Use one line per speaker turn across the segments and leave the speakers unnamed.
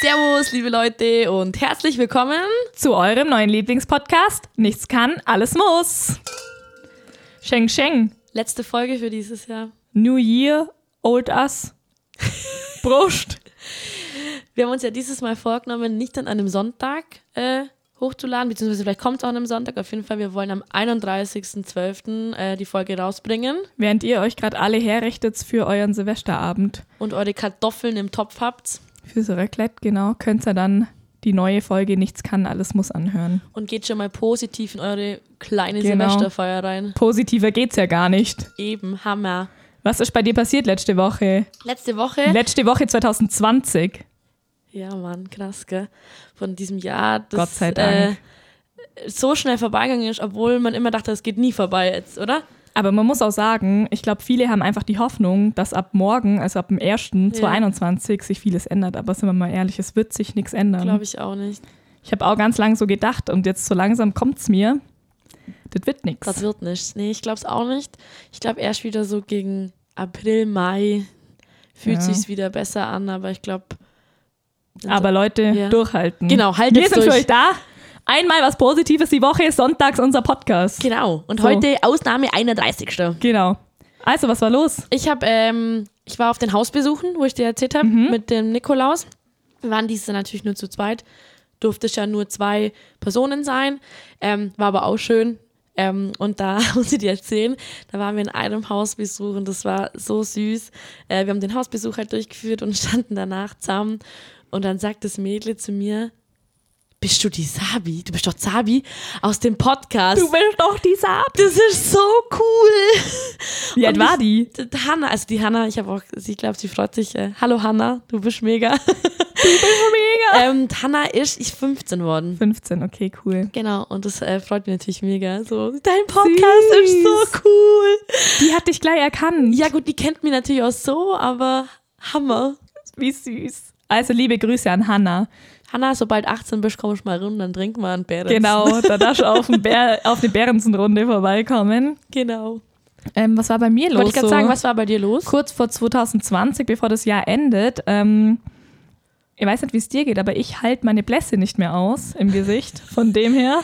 Servus, liebe Leute und herzlich willkommen.
zu eurem neuen Lieblingspodcast Nichts kann, alles muss. Sheng Sheng,
Letzte Folge für dieses Jahr.
New Year, Old Us. Prost.
Wir haben uns ja dieses Mal vorgenommen, nicht an einem Sonntag äh, hochzuladen, beziehungsweise vielleicht kommt es auch an einem Sonntag. Auf jeden Fall, wir wollen am 31.12. Äh, die Folge rausbringen
Während ihr euch gerade alle herrichtet für euren Silvesterabend,
und eure Kartoffeln im Topf habt
fürs Raclette, genau, könnt ihr dann die neue Folge Nichts kann, alles muss anhören.
und geht schon mal positiv in eure kleine
Genau.
Semesterfeier rein.
Positiver geht's ja gar nicht.
Eben, Hammer.
Was ist bei dir passiert letzte Woche?
Letzte Woche.
Letzte Woche 2020.
ja, Mann, krass, gell? Von diesem Jahr. Das,
Gott sei Dank.
Äh, so schnell vorbeigegangen ist, obwohl man immer dachte, es geht nie vorbei jetzt, oder?
Aber man muss auch sagen, ich glaube, viele haben einfach die Hoffnung, dass ab morgen, also ab dem 1. 2021, sich vieles ändert. Aber sind wir mal ehrlich, es wird sich nichts ändern.
Glaube ich auch nicht.
Ich habe auch ganz lange so gedacht und jetzt so langsam kommt es mir. Das wird
Das
nichts.
wird nicht. Nee, ich glaube es auch nicht. Ich glaube erst wieder so gegen April, Mai fühlt
Ja.
sich's wieder besser an, aber ich glaube.
Aber Leute,
Ja.
durchhalten.
Genau, haltet
Wir sind für
durch.
euch da. Einmal was Positives die Woche, sonntags unser Podcast.
Genau. Und
So.
heute Ausnahme 31.
genau. Also, was war los?
Ich habe, ähm, ich war auf den Hausbesuchen, wo ich dir erzählt habe, mit dem Nikolaus. Wir waren dieses Jahr natürlich nur zu zweit. Durfte es ja nur zwei Personen sein. Ähm, war aber auch schön. Ähm, und da muss ich dir erzählen, da waren wir in einem Hausbesuch und das war so süß. Äh, wir haben den Hausbesuch halt durchgeführt und standen danach zusammen. Und dann sagt das Mädel zu mir, bist du die Sabi? Du bist doch Sabi aus dem Podcast.
bist doch die Saab.
das ist so cool.
Wie alt
Und
war
ich-
die?
D- d- Hanna, also die Hanna, ich habe auch, ich glaube, sie freut sich. Äh, Hallo Hanna, du bist mega.
Mega.
ähm, Hanna ist ich 15 worden.
15, okay, cool.
Genau, und das äh, freut mich natürlich mega. So, dein Podcast ist so cool.
Die hat dich gleich erkannt.
Ja gut, die kennt mich natürlich auch so, aber Hammer.
Wie süß. Also, liebe Grüße an Hannah.
Hanna, sobald 18 bist, komm ich mal rum, dann trink mal einen Bären.
Genau, da darfst du auf, den Bär, auf eine Bärensenrunde vorbeikommen.
Genau.
Ähm, was war bei mir los?
Wollte ich gerade
so?
sagen, was war bei dir los?
kurz vor 2020, bevor das Jahr endet, ähm, ich weiß nicht, wie es dir geht, aber ich halte meine Blässe nicht mehr aus im Gesicht. Von dem her.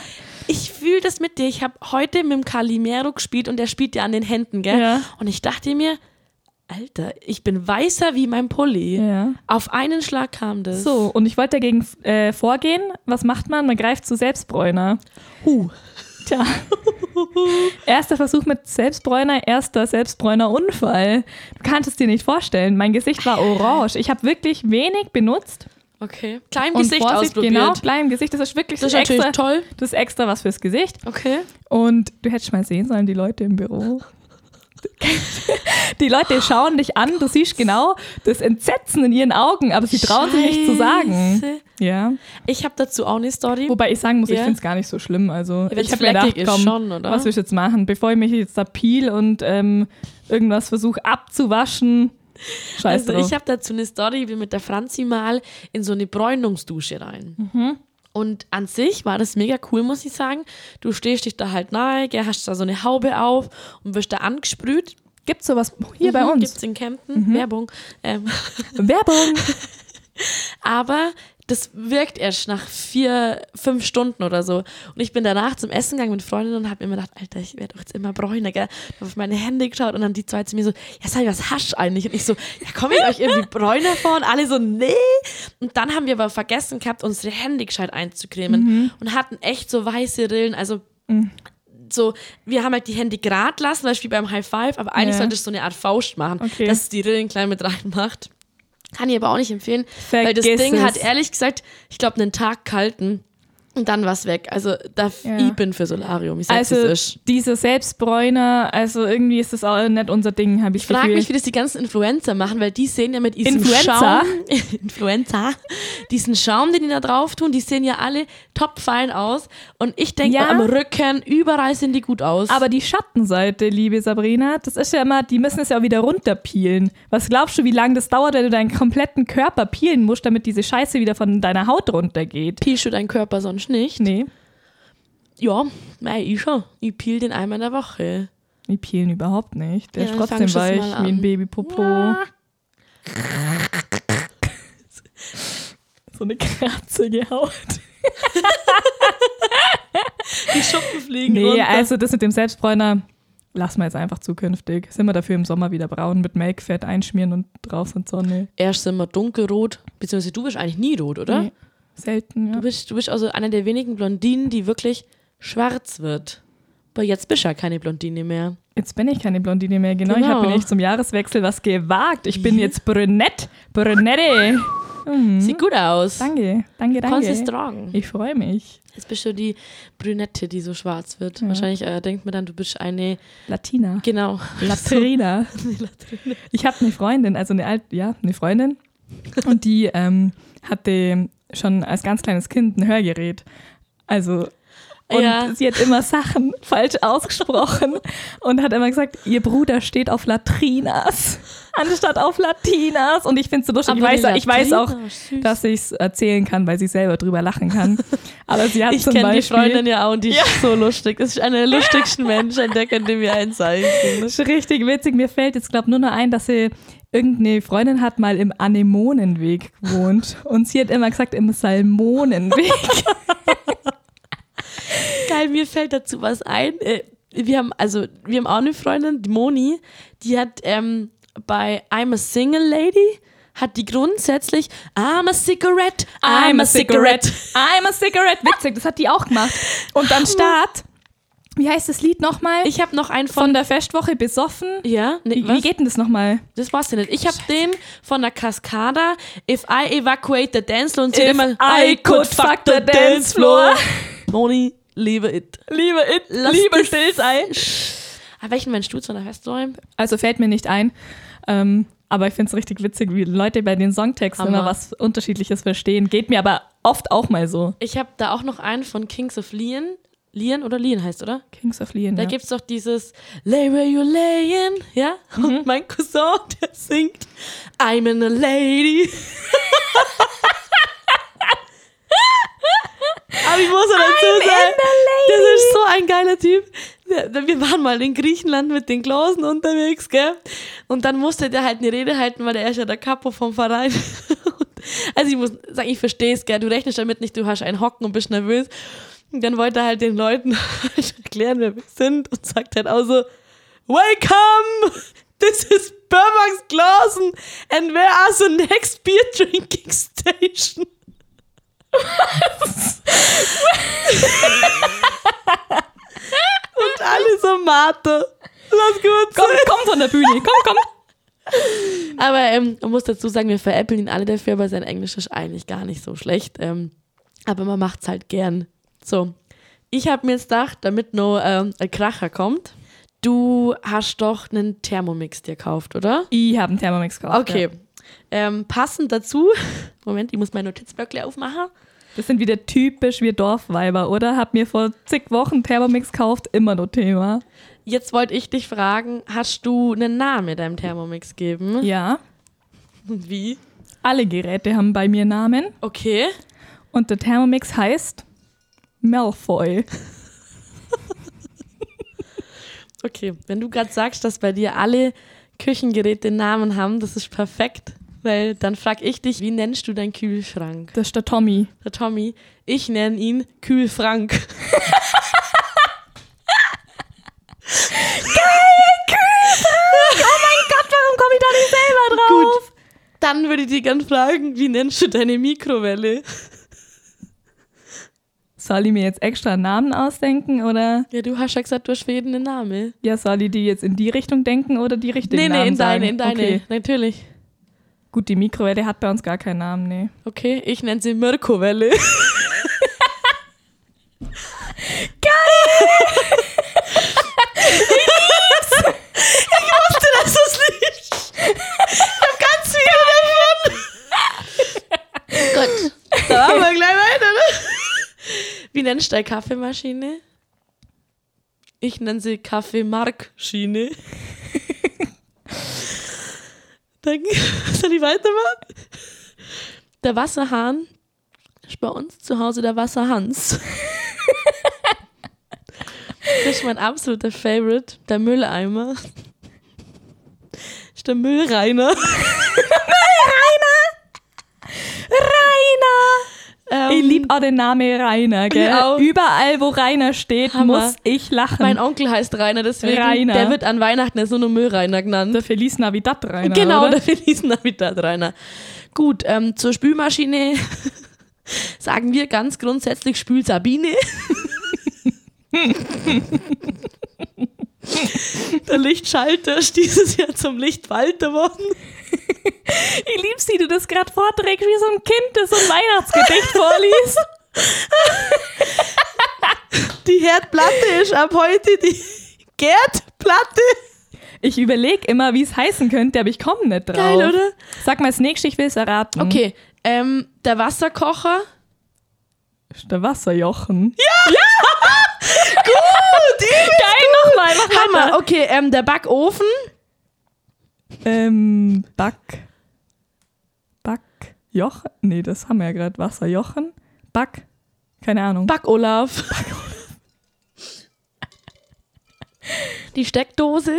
Ich fühle das mit dir. Ich habe heute mit dem Calimero gespielt und der spielt ja an den Händen, gell?
Ja.
Und ich dachte mir, Alter, ich bin weißer wie mein Pulli.
Ja.
Auf einen Schlag kam das.
So, und ich wollte dagegen äh, vorgehen. Was macht man? Man greift zu Selbstbräuner.
Huh.
Tja. Erster Versuch mit Selbstbräuner, erster Selbstbräuner-Unfall. Du kannst es dir nicht vorstellen. Mein Gesicht war orange. Ich habe wirklich wenig benutzt.
Okay. Klein
Und
Gesicht
Vorsicht,
ausprobiert.
Genau, klein im Gesicht. Das ist wirklich
Das ist
extra,
natürlich toll.
Das ist extra was fürs Gesicht.
Okay.
Und du hättest mal sehen sollen, die Leute im Büro. Die Leute schauen dich an, du siehst genau das Entsetzen in ihren Augen, aber sie trauen sich nicht zu sagen.
Scheiße.
Ja.
Ich habe dazu auch eine Story.
Wobei ich sagen muss, ich
Ja.
finde es gar nicht so schlimm. Also
wenn's
ich habe mir
fleckig
gedacht,
ist
komm,
schon, oder?
was will ich jetzt machen? Bevor ich mich jetzt da peel und ähm, irgendwas versuche abzuwaschen, scheiß
also
drauf.
ich habe dazu eine Story, ich bin mit der Franzi mal in so eine Bräunungsdusche rein.
Mhm.
Und an sich war das mega cool, muss ich sagen. Du stehst dich da halt nahe, gell, hast da so eine Haube auf und wirst da angesprüht.
Gibt sowas hier bei
Mhm,
uns?
Gibt's in Kempten. Werbung. Ähm,
Werbung!
Aber das wirkt erst nach vier, fünf Stunden oder so. Und ich bin danach zum Essen gegangen mit Freundinnen und habe immer gedacht, Alter, ich werde doch jetzt immer bräuner, gell? Hab auf meine Hände geschaut und dann die zwei zu mir so, ja, sei was hasch eigentlich? Und ich so, ja, komm ich euch irgendwie bräuner vor? Und alle so, nee. Und dann haben wir aber vergessen gehabt, unsere Hände gescheit einzucremen
Mhm.
und hatten echt so weiße Rillen, also so, wir haben halt die Hände gerade lassen, zum Beispiel beim High Five, aber eigentlich
Ja.
sollte ich so eine Art Faust machen,
Okay.
dass es die Rillen klein mit reinmacht. Kann ich aber auch nicht empfehlen, weil das
Vergiss
Ding
es.
hat ehrlich gesagt, ich glaube, einen Tag kalten und dann war's weg. Also da f-
Ja.
ich bin für Solarium. Ich sag's
Also
also,
diese Selbstbräuner, also irgendwie ist das auch nicht unser Ding, habe ich
ich frag
Gefühl.
mich, wie das die ganzen Influencer machen, weil die sehen ja mit diesem
Influencer?
Schaum, Influencer, diesen Schaum, den die da drauf tun, die sehen ja alle top fein aus und ich denke
Ja.
am Rücken, überall sehen die gut aus.
Aber die Schattenseite, liebe Sabrina, das ist ja immer, die müssen es ja auch wieder runterpeelen. Was glaubst du, wie lange das dauert, wenn du deinen kompletten Körper peelen musst, damit diese Scheiße wieder von deiner Haut runtergeht?
peelst du deinen Körper sonst nicht?
Nee,
Ja, mei, ich schon. Ich peel den einmal in der Woche.
die peelen überhaupt nicht. Der
Ja,
ist
dann fang
trotzdem
schon
weich
mal an.
wie ein Babypopo. So eine kratzige Haut.
Die Schuppen fliegen
Nee,
runter.
also das mit dem Selbstbräuner lassen wir jetzt einfach zukünftig. Sind wir dafür im Sommer wieder braun mit Make-Fett einschmieren und drauf und Sonne.
Erst sind wir dunkelrot, beziehungsweise du bist eigentlich nie rot, oder?
Nee, selten,
Du,
ja.
bist, du bist also eine der wenigen Blondinen, die wirklich schwarz wird. Aber jetzt bist du ja keine Blondine mehr.
Jetzt bin ich keine Blondine mehr, genau. Ich habe
Genau.
mir echt zum Jahreswechsel was gewagt. Ich bin jetzt brünett. Brünette.
Sieht gut aus.
Danke, Mhm. danke,
Kannst es
danke.
tragen.
Ich freue mich.
Jetzt bist du die Brünette, die so schwarz wird.
Ja.
Wahrscheinlich äh, denkt man dann, du bist eine.
Latina.
Genau.
Latrina. Ich habe eine Freundin, also eine alt, ja, eine Freundin. Und die ähm, hatte schon als ganz kleines Kind ein Hörgerät. Also und
Ja.
sie hat immer Sachen falsch ausgesprochen und hat immer gesagt, ihr Bruder steht auf Latrinas anstatt auf Latinas. Und ich finde es so lustig. Ich
Aber die
weiß, ich weiß auch,
Latrina, süß.
dass ich es erzählen kann, weil sie selber drüber lachen kann. Aber sie hat
Ich
zum
kenne die
Beispiel
Freundin ja auch und die ist so lustig. Das ist einer der lustigsten Menschen, der könnte mir eins sagen.
Das ist richtig witzig. Mir fällt jetzt, glaube nur noch ein, dass sie irgendeine Freundin hat mal im Anemonenweg gewohnt. Und sie hat immer gesagt, im Salmonenweg.
Geil, mir fällt dazu was ein. Äh, Wir haben, also, wir haben auch eine Freundin, die Moni, die hat ähm, bei I'm a Single Lady, hat die grundsätzlich I'm a cigarette, I'm, a cigarette.
I'm a cigarette. Witzig, das hat die auch gemacht. Und dann Start. Wie heißt das Lied nochmal?
Ich habe noch einen von,
Von der Festwoche besoffen.
ja, nee,
Wie, wie
was?
geht denn das nochmal?
das war's denn nicht. Ich habe den von der Cascada, If I Evacuate the Dance Floor und sie
If
hat immer
I could fuck the dance floor.
Moni, liebe it.
Liebe It,
Lass
liebe
das-
Stillsein.
Ah, welchen meinst du zu einer Festsäume?
Also fällt mir nicht ein. Ähm, aber ich finde es richtig witzig, wie Leute bei den Songtexten
Hammer.
immer was Unterschiedliches verstehen. Geht mir aber oft auch mal so.
Ich habe da auch noch einen von Kings of Leon. Leon oder Leon heißt, oder?
Kings of Leon.
Da
ja.
gibt's doch dieses Lay where you layin, ja? Und mein Cousin, der singt I'm in a lady. Aber ich muss ja dazu sagen, das ist so ein geiler Typ. Wir- Wir waren mal in Griechenland mit den Klausen unterwegs, gell? Und dann musste der halt eine Rede halten, weil der ist ja der Kapo vom Verein. Also ich muss sagen, ich verstehe es, gell? Du rechnest damit nicht, du hast einen Hocken und bist nervös. Und dann wollte er halt den Leuten halt erklären, wer wir sind und sagt halt auch so, Welcome! This is Burbanks Glasen and where are the next beer drinking station? und alle so Mate. Lass gut
komm, komm von der Bühne, komm, komm.
aber ähm, man muss dazu sagen, wir veräppeln ihn alle dafür, aber sein Englisch ist eigentlich gar nicht so schlecht. Ähm, aber man macht's halt gern. So, ich habe mir jetzt gedacht, damit noch ähm, ein Kracher kommt, du hast doch einen Thermomix dir gekauft, oder?
Ich habe einen Thermomix gekauft.
Okay.
Ja.
Ähm, passend dazu, Moment, ich muss mein Notizblöckle aufmachen.
Das sind wieder typisch wir Dorfweiber, oder? Hab mir vor zig Wochen Thermomix gekauft, immer nur Thema.
Jetzt wollte ich dich fragen, hast du einen Namen deinem Thermomix gegeben?
Ja.
Wie?
Alle Geräte haben bei mir Namen
Okay.
und der Thermomix heißt Malfoy.
Okay, wenn du gerade sagst, dass bei dir alle Küchengeräte Namen haben, das ist perfekt, weil dann frag ich dich, wie nennst du deinen Kühlschrank?
Das ist der Tommy.
Der Tommy, ich nenne ihn Kühlfrank.
Gott, warum komme ich da nicht selber
Gut, dann würde ich dir gern fragen, wie nennst du deine Mikrowelle?
Soll ich mir jetzt extra einen Namen ausdenken oder
Ja, du hast ja gesagt, du hast für jeden einen Namen.
ja, soll ich die jetzt in die Richtung denken oder die Richtung?
nee,
Namen
nee, in
sagen?
deine, in deine,
Okay.
natürlich.
Gut, die Mikrowelle hat bei uns gar keinen Namen, nee.
Okay, ich nenne sie Mirkowelle. Geil! Ich wusste, dass das liegt. Ich hab ganz viele davon. Gut, da machen wir gleich weiter, ne? Wie nennst du deine Kaffeemaschine? Ich nenne sie Kaffeemarkschiene. Dann soll ich weitermachen? Der Wasserhahn ist bei uns zu Hause der Wasserhans. das ist mein absoluter Favorite. Der Mülleimer. Ist der Müllreiner.
Rainer!
Ähm,
auch den Namen Rainer, gell?
Ja.
Überall, wo Rainer steht,
Hammer.
muss ich lachen.
Mein Onkel heißt Rainer, deswegen
Rainer.
der wird an Weihnachten ja so nur Müllrainer genannt.
der Feliz Navidad Rainer,
genau,
oder?
der Feliz Navidad Rainer. Gut, ähm, zur Spülmaschine sagen wir ganz grundsätzlich spült Sabine. der Lichtschalter ist dieses Jahr zum Lichtwalter geworden.
Ich lieb's, wie du das gerade vorträgst, wie so ein Kind, das so ein Weihnachtsgedicht vorliest.
Die Herdplatte ist ab heute die Gerdplatte.
Ich überlege immer, wie es heißen könnte, aber ich komme nicht drauf.
Geil, oder?
Sag mal das nächste, ich will es erraten.
Okay, ähm, der Wasserkocher.
Der Wasserjochen.
Gut,
Geil, nochmal, mach
Hammer. Oh. Okay, ähm, der Backofen.
Ähm, Back. Backjochen? Nee, das haben wir ja gerade. Wasserjochen? Back? Keine Ahnung.
Back-Olaf. Die Steckdose.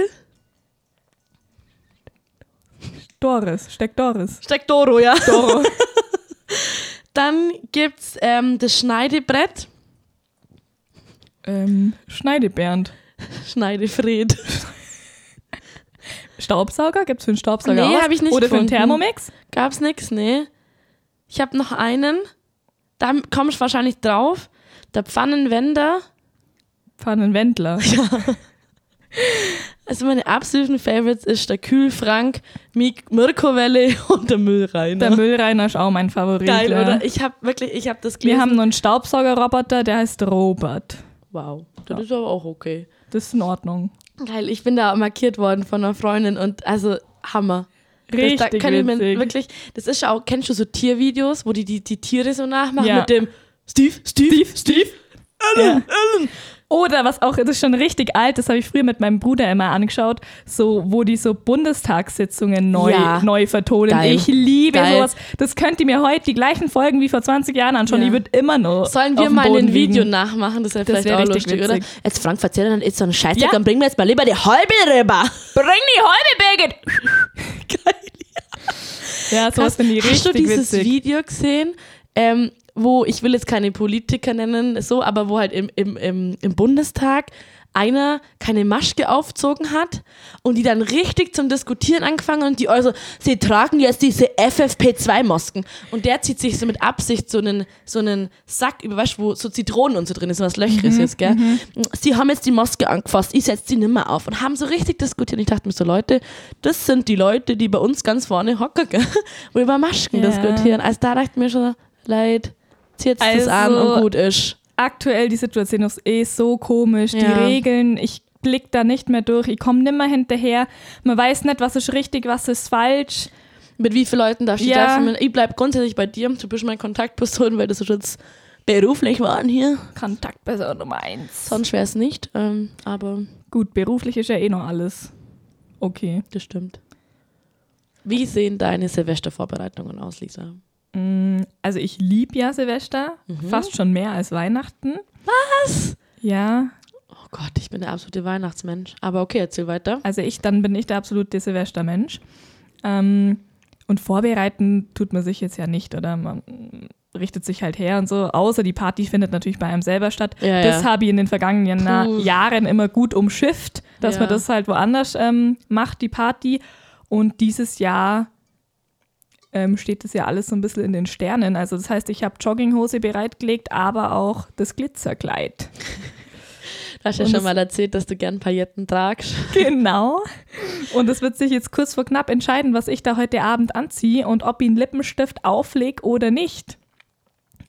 Doris. Steck Doris.
Steckdoro, ja.
Doro.
Dann gibt's ähm, das Schneidebrett.
ähm, Schneidebernd.
Schneidefred.
Staubsauger? Gibt's für einen Staubsauger
Nee,
auch? was?
hab ich nicht
Oder für einen
gefunden.
Thermomix?
Gab's nix, ne? Ich habe noch einen. Da kommst wahrscheinlich drauf. Der Pfannenwender.
Pfannenwendler.
Also meine absoluten Favorites ist der Kühlfrank, Mik Mirkowelle und der Müllreiner.
Der Müllreiner ist auch mein Favorit.
Geil,
ja.
oder? Ich habe wirklich, ich habe das gelesen.
Wir haben noch einen Staubsaugerroboter, der heißt Robert.
wow, das ist aber auch okay.
Das ist in Ordnung.
Geil, ich bin da markiert worden von einer Freundin und also Hammer.
Richtig
das, da kann ich mir
witzig.
wirklich, das ist ja auch, kennst du so Tiervideos, wo die die, die Tiere so nachmachen
Ja.
mit dem Steve, Steve, Steve,
Ja. Oder was auch, das ist schon richtig alt, das habe ich früher mit meinem Bruder immer angeschaut, so wo die so Bundestagssitzungen neu,
Ja.
neu vertonen.
Geil.
Ich liebe
Geil.
sowas. Das könnt ihr mir heute die gleichen Folgen wie vor 20 Jahren anschauen.
Ja.
Ich würde immer noch.
Sollen
auf
wir
dem
mal
Boden
ein Video
liegen.
nachmachen? Das wäre
Das
vielleicht
wär
auch
richtig
lustig,
witzig.
oder? Jetzt Frank verzählt dann ist so ein Scheiße,
Ja.
dann bringen wir jetzt mal lieber die halbe rüber.
Bring die Holbe, Birgit! Ja, sowas finde ich
Hast du
richtig
dieses
witzig.
Video gesehen, ähm, wo, ich will jetzt keine Politiker nennen, so, aber wo halt im, im, im, im Bundestag einer keine Maske aufzogen hat und die dann richtig zum Diskutieren angefangen und die also, sie tragen jetzt diese FFP2-Masken und der zieht sich so mit Absicht so einen, so einen Sack über, weißt du, wo so Zitronen und so drin ist, was Löchriges ist, gell? Sie haben jetzt die Maske angefasst, ich setze die nimmer auf und haben so richtig diskutiert und ich dachte mir so, Leute, das sind die Leute, die bei uns ganz vorne hocken, gell? Wo über Masken
Ja.
diskutieren. Also da dachte ich mir schon, Leute, zieht das
Also-
an und gut ist.
Aktuell die Situation ist eh so komisch. Die
Ja.
Regeln, ich blick da nicht mehr durch, ich komme nimmer hinterher. Man weiß nicht, was ist richtig, was ist falsch.
Mit wie vielen Leuten darfst du
Ja.
treffen? Ich bleib grundsätzlich bei dir. Du bist meine Kontaktperson, weil das ist jetzt beruflich waren hier.
Kontaktperson Nummer eins.
Sonst wäre es nicht. Ähm, aber
Gut, beruflich ist ja eh noch alles. Okay.
das stimmt. Wie sehen deine Silvestervorbereitungen aus, Lisa?
Also ich liebe ja Silvester, fast schon mehr als Weihnachten. Mhm. Was? Ja,
Oh Gott, ich bin der absolute Weihnachtsmensch. Aber okay, erzähl weiter.
also ich, dann bin ich der absolute Silvestermensch. Ähm, und vorbereiten tut man sich jetzt ja nicht, oder? Man richtet sich halt her und so, außer die Party findet natürlich bei einem selber statt.
Ja,
das
ja.
habe ich in den vergangenen Na-
Puh.
Jahren immer gut umschifft, dass
Ja.
man das halt woanders ähm, macht, die Party. Und dieses Jahr ähm, steht das ja alles so ein bisschen in den Sternen. Also das heißt, ich habe Jogginghose bereitgelegt, aber auch das Glitzerkleid.
Du hast ja
Und
schon
es-
mal erzählt, dass du gern Pailletten tragst.
Genau. Und es wird sich jetzt kurz vor knapp entscheiden, was ich da heute Abend anziehe und ob ich einen Lippenstift auflege oder nicht.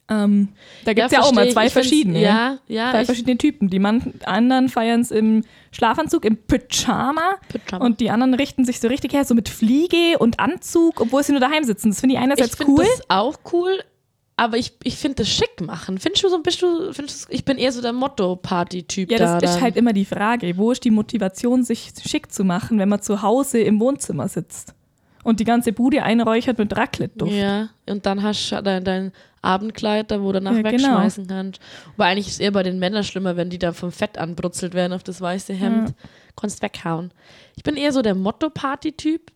Ähm, da gibt es ja, auch
versteh
mal
ich.
zwei
Ich find's-
verschiedene.
Ja, ja.
Zwei
ich-
verschiedene Typen. Die man, anderen feiern es im Schlafanzug, im Pyjama,
Pyjama.
und die anderen richten sich so richtig her, so mit Fliege und Anzug, obwohl sie nur daheim sitzen. Das finde ich einerseits
ich find
cool.
das auch cool, aber ich, ich finde das schick machen. Findest du so ein bisschen, findest du, ich bin eher so der Motto-Party-Typ
Ja,
da
das ist
dann.
halt immer die Frage, wo ist die Motivation, sich schick zu machen, wenn man zu Hause im Wohnzimmer sitzt und die ganze Bude einräuchert mit Raclette-Duft.
Ja, und dann hast du dein, dein Abendkleid da, wo du danach
Ja, genau.
wegschmeißen kannst. Aber eigentlich ist es eher bei den Männern schlimmer, wenn die da vom Fett anbrutzelt werden auf das weiße Hemd. Kannst weghauen. Ich bin eher so der Motto-Party-Typ.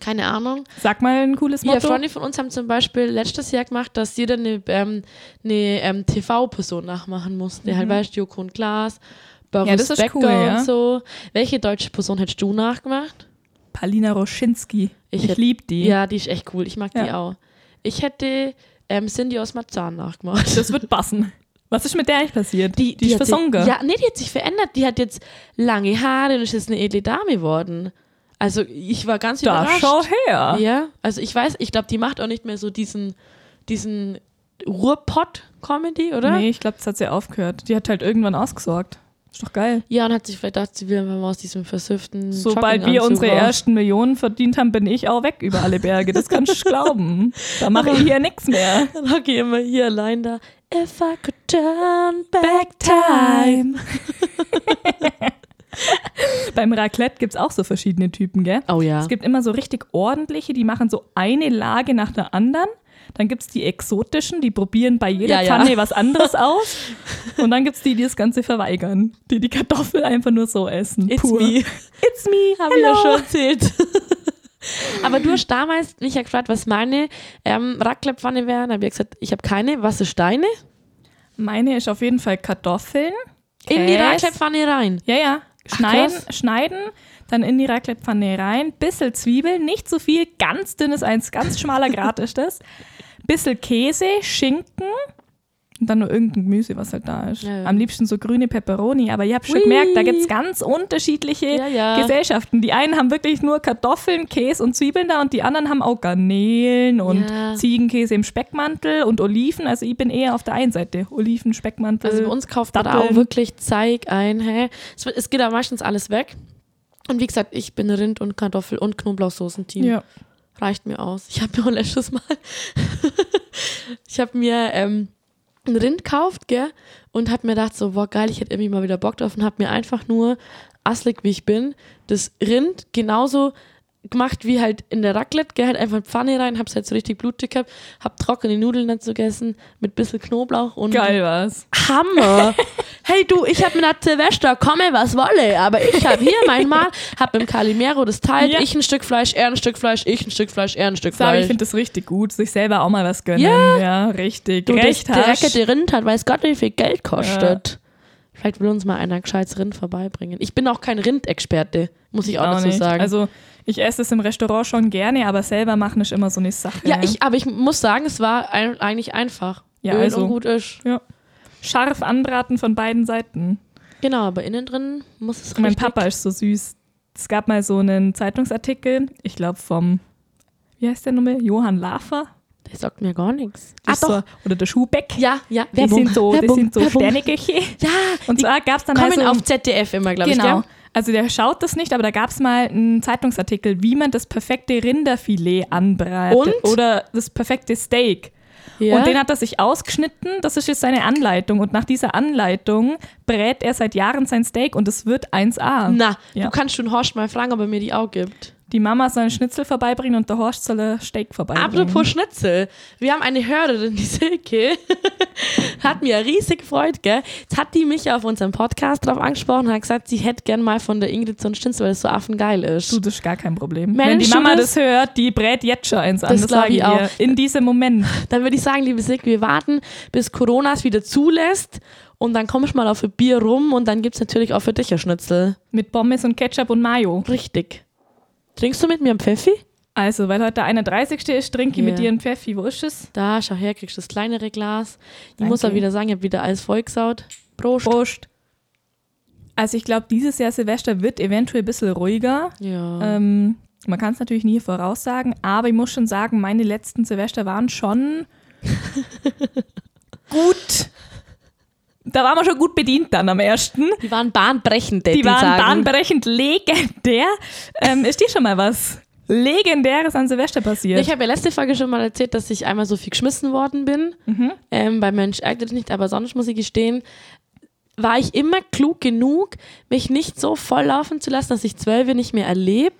keine Ahnung.
Sag mal ein cooles
Ja,
Motto.
Freunde von uns haben zum Beispiel letztes Jahr gemacht, dass jeder eine, ähm, eine ähm, TV-Person nachmachen musste. Halt, weißt du, Joko und Glas, Boris
Mhm. Ja, das ist
Becker
cool, ja.
und so. Welche deutsche Person hättest du nachgemacht?
Palina Roschinski.
Ich
Ich,
hätt-
lieb die.
Ja, die ist echt cool. Ich mag die
Ja.
auch. Ich hätte ähm, Cindy aus Marzahn nachgemacht.
Das wird passen. Was ist mit der eigentlich passiert? ist
hat sich-
versunken.
Ja, nee, die hat sich verändert. Die hat jetzt lange Haare und ist jetzt eine edle Dame geworden. Also ich war ganz
da
überrascht.
schau her.
Ja, also ich weiß, ich glaube, die macht auch nicht mehr so diesen, diesen Ruhrpott-Comedy, oder?
Nee, ich glaube, das hat sie aufgehört. Die hat halt irgendwann ausgesorgt. Ist doch geil.
Ja, und hat sich vielleicht gedacht, sie will einfach mal aus diesem versüfften
Sobald wir
Jogginganzug
unsere
raus.
ersten Millionen verdient haben, bin ich auch weg über alle Berge. Das kannst du glauben. Da mache ich hier nichts mehr.
Dann hocke ich immer hier allein da. If I could turn back time.
Beim Raclette gibt es auch so verschiedene Typen, gell?
Oh ja.
Es gibt immer so richtig ordentliche, die machen so eine Lage nach der anderen. Dann gibt es die exotischen, die probieren bei
Ja,
jeder
ja.
Pfanne was anderes aus. Und dann gibt es die, die das Ganze verweigern. Die die Kartoffel einfach nur so essen.
It's
pur.
me.
It's me.
Haben wir ja schon
Hello.
erzählt. Aber du hast damals mich ja gefragt, was meine ähm, Raclette-Pfanne wäre. Dann habe ich gesagt, ich habe keine. Was ist deine?
Meine ist auf jeden Fall Kartoffeln.
In die
Käse.
Raclette-Pfanne rein.
Ja, ja. Schneiden,
krass.
schneiden, dann in die Raclette-Pfanne rein, bisschen Zwiebeln, nicht so viel, ganz dünnes eins, ganz schmaler Grat ist das. Bisschen Käse, Schinken und dann nur irgendein Gemüse, was halt da ist.
Ja, ja.
Am liebsten so grüne Peperoni, aber ihr habt schon
Ui.
gemerkt, da gibt es ganz unterschiedliche
Ja, ja.
Gesellschaften. Die einen haben wirklich nur Kartoffeln, Käse und Zwiebeln da und die anderen haben auch Garnelen und
Ja.
Ziegenkäse im Speckmantel und Oliven. Also ich bin eher auf der einen Seite. Oliven, Speckmantel.
Also bei uns kauft man da
Datteln.
auch wirklich Zeig ein. Hä? Es, wird- es geht da meistens alles weg. Und wie gesagt, ich bin Rind und Kartoffel und Knoblauchsoßen-Team.
ja.
Reicht mir aus. Ich habe mir auch letztes Mal, ich habe mir ähm, ein Rind gekauft, gell? Und habe mir gedacht so, boah geil, ich hätte irgendwie mal wieder Bock drauf und habe mir einfach nur, asslig wie ich bin, das Rind genauso gemacht wie halt in der Raclette, gell? Halt einfach in die Pfanne rein, hab's halt so richtig blutig gehabt, hab trockene Nudeln dazu gegessen, mit bisschen Knoblauch und
Geil war's.
Hammer. Hey du, ich hab mir nach Silvester komme, was wolle, aber ich hab hier manchmal, hab mit dem Calimero das teilt,
Ja.
ich ein Stück Fleisch, er ein Stück Fleisch, ich ein Stück Fleisch, er ein Stück
Sabi, ich
Fleisch.
finde das richtig gut, sich selber auch mal was gönnen.
Ja.
Ja, richtig.
du, das
Recht
Dreck,
hast.
die Rind hat, weiß Gott, wie viel Geld kostet. Vielleicht will uns mal einer gescheites Rind vorbeibringen. Ich bin auch kein Rindexperte, muss ich auch,
Auch
dazu
nicht.
sagen.
Also ich esse es im Restaurant schon gerne, aber selber machen ist immer so eine Sache.
ja, ich, aber ich muss sagen, es war ein, eigentlich einfach.
Ja,
Öl
also.
und gut ist.
Ja. Scharf anbraten von beiden Seiten.
Genau, aber innen drin muss es richtig.
Und mein Papa ist so süß. Es gab mal so einen Zeitungsartikel, ich glaube vom, wie heißt der Name? Johann Lafer?
Der sagt mir gar nichts.
Das ist so- Oder der Schubeck.
Ah, Ja, ja.
Die sind so, das
Werbung,
sind so
Werbung.
Sterneküche.
Ja,
Und zwar gab es dann
kommen
also
auf ZDF immer, glaube
Genau.
ich.
Also der schaut das nicht, aber da gab es mal einen Zeitungsartikel, wie man das perfekte Rinderfilet anbratet
Und?
oder das perfekte Steak.
Gell? Ja.
Und den hat er sich ausgeschnitten. Das ist jetzt seine Anleitung. Und nach dieser Anleitung brät er seit Jahren sein Steak und es wird 1A.
Na,
Ja.
du kannst schon Horst mal fragen, ob er mir die auch gibt.
Die Mama soll einen Schnitzel vorbeibringen und der Horst soll ein Steak vorbeibringen.
Apropos Schnitzel. Wir haben eine Hörerin, die Silke. hat mir riesig gefreut, gell? Jetzt hat die mich ja auf unserem Podcast drauf angesprochen und hat gesagt, sie hätte gern mal von der Ingrid so einen Schnitzel, weil das so affengeil
Du,
ist.
das ist gar kein Problem.
Mensch,
Wenn die Mama
du
das
bist-
hört, die brät jetzt schon eins an.
Das
Das,
glaub
sage
ich
ich
auch.
ihr. In diesem Moment.
Dann würde ich sagen, liebe Silke, wir warten, bis Corona es wieder zulässt. Und dann komm ich mal auf ein Bier rum und dann gibt es natürlich auch für dich ein Schnitzel.
Mit Pommes und Ketchup und Mayo.
Richtig. Trinkst du mit mir einen Pfeffi?
Also, weil heute der 31. ist, trinke ich
Ja.
mit dir einen Pfeffi. Wo ist es?
Da, schau her, kriegst du das kleinere Glas. Ich
Danke.
muss da wieder sagen, ich habe wieder alles vollgesaut. Prost.
Prost. Also ich glaube, dieses Jahr Silvester wird eventuell ein bisschen ruhiger.
Ja.
Ähm, man kann es natürlich nie voraussagen, aber ich muss schon sagen, meine letzten Silvester waren schon gut. Da waren wir schon gut bedient dann am ersten.
die waren bahnbrechend,
Die waren
sagen.
bahnbrechend legendär. Ähm, ist dir schon mal was Legendäres an Silvester passiert?
Ich habe ja letzte Folge schon mal erzählt, dass ich einmal so viel geschmissen worden bin. Ähm, bei Mensch ärgert dich nicht, aber sonst muss ich gestehen, war ich immer klug genug, mich nicht so voll laufen zu lassen, dass ich zwölf nicht mehr erlebe.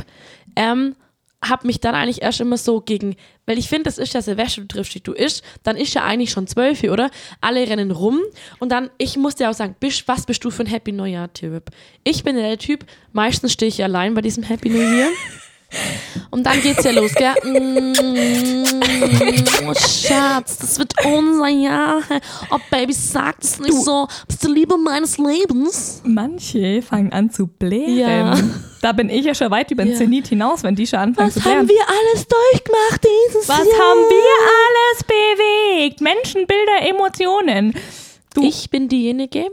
Ähm, hab mich dann eigentlich erst immer so gegen, weil ich finde, das ist ja Silvester, du triffst dich, du isch, dann ist ja eigentlich schon zwölf hier, oder? Alle rennen rum und dann, ich muss dir auch sagen, bist, was bist du für ein Happy Neujahr Typ? Ich bin der Typ, meistens stehe ich allein bei diesem Happy New Year. Und dann geht's ja los, gell? Mm, oh, Schatz, das wird unser Jahr. Ah Oh, Baby, sag das nicht so. Bist du Liebe meines Lebens?
Manche fangen an zu blären.
Ja.
Da bin ich ja schon weit über den
Ja.
Zenit hinaus, wenn die schon anfangen
Was
zu blären.
haben wir alles durchgemacht dieses
Was
Jahr?
haben wir alles bewegt? Menschen, Bilder, Emotionen. Du,
Ich bin diejenige,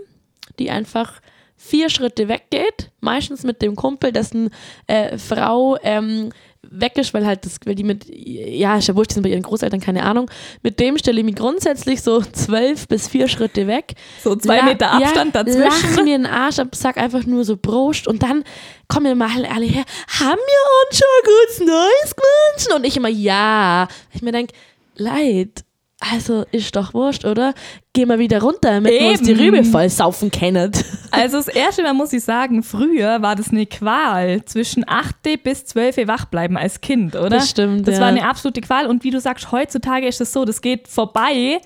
die einfach vier Schritte weggeht, meistens mit dem Kumpel, dessen äh, Frau ähm, weg ist, weil halt das, weil die mit, ja, ist ja wurscht, die sind bei ihren Großeltern, keine Ahnung. Mit dem stelle ich mich grundsätzlich so zwölf bis vier Schritte weg.
so zwei
La-
Meter Abstand
ja,
dazwischen.
Lach mir den Arsch ab, sag einfach nur so Brust und dann kommen immer alle, alle her, haben wir uns schon gut Neues gewünscht? Und ich immer, ja. Ich mir denke, leid. Also ist doch wurscht, oder? Geh mal wieder runter, damit wir uns die
Eben.
Rübe voll saufen können.
Also das Erste, da muss ich sagen, früher war das eine Qual, zwischen 8. bis 12. wach bleiben als Kind, oder?
Das stimmt,
Das
ja.
war eine absolute Qual und wie du sagst, heutzutage ist es so, das geht vorbei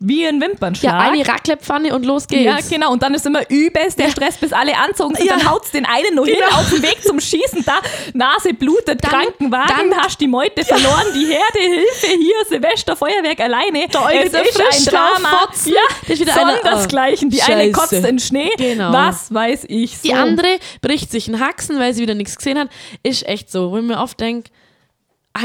wie ein Wimpernschlag.
Ja, eine Raclepfanne und los
Ja,
geht's.
genau. Und dann ist immer übelst der Stress, bis alle anzogen sind.
Ja.
Dann haut's den einen nur hin
Genau.
auf den Weg zum Schießen. Da Nase blutet,
Dann-
Krankenwagen,
dann-
hast die Meute verloren, die Herde, Hilfe hier, Silvester, Feuerwerk alleine.
Eule
es
der
ist ein
Frisch,
Drama.
Schlaffotzen.
Ja,
Da ist wieder einer, oh,
Sondersgleichen. Die eine
Scheiße.
kotzt in Schnee.
Genau.
Was weiß ich so.
Die andere bricht sich einen Haxen, weil sie wieder nichts gesehen hat. Ist echt so, wo ich mir oft denke,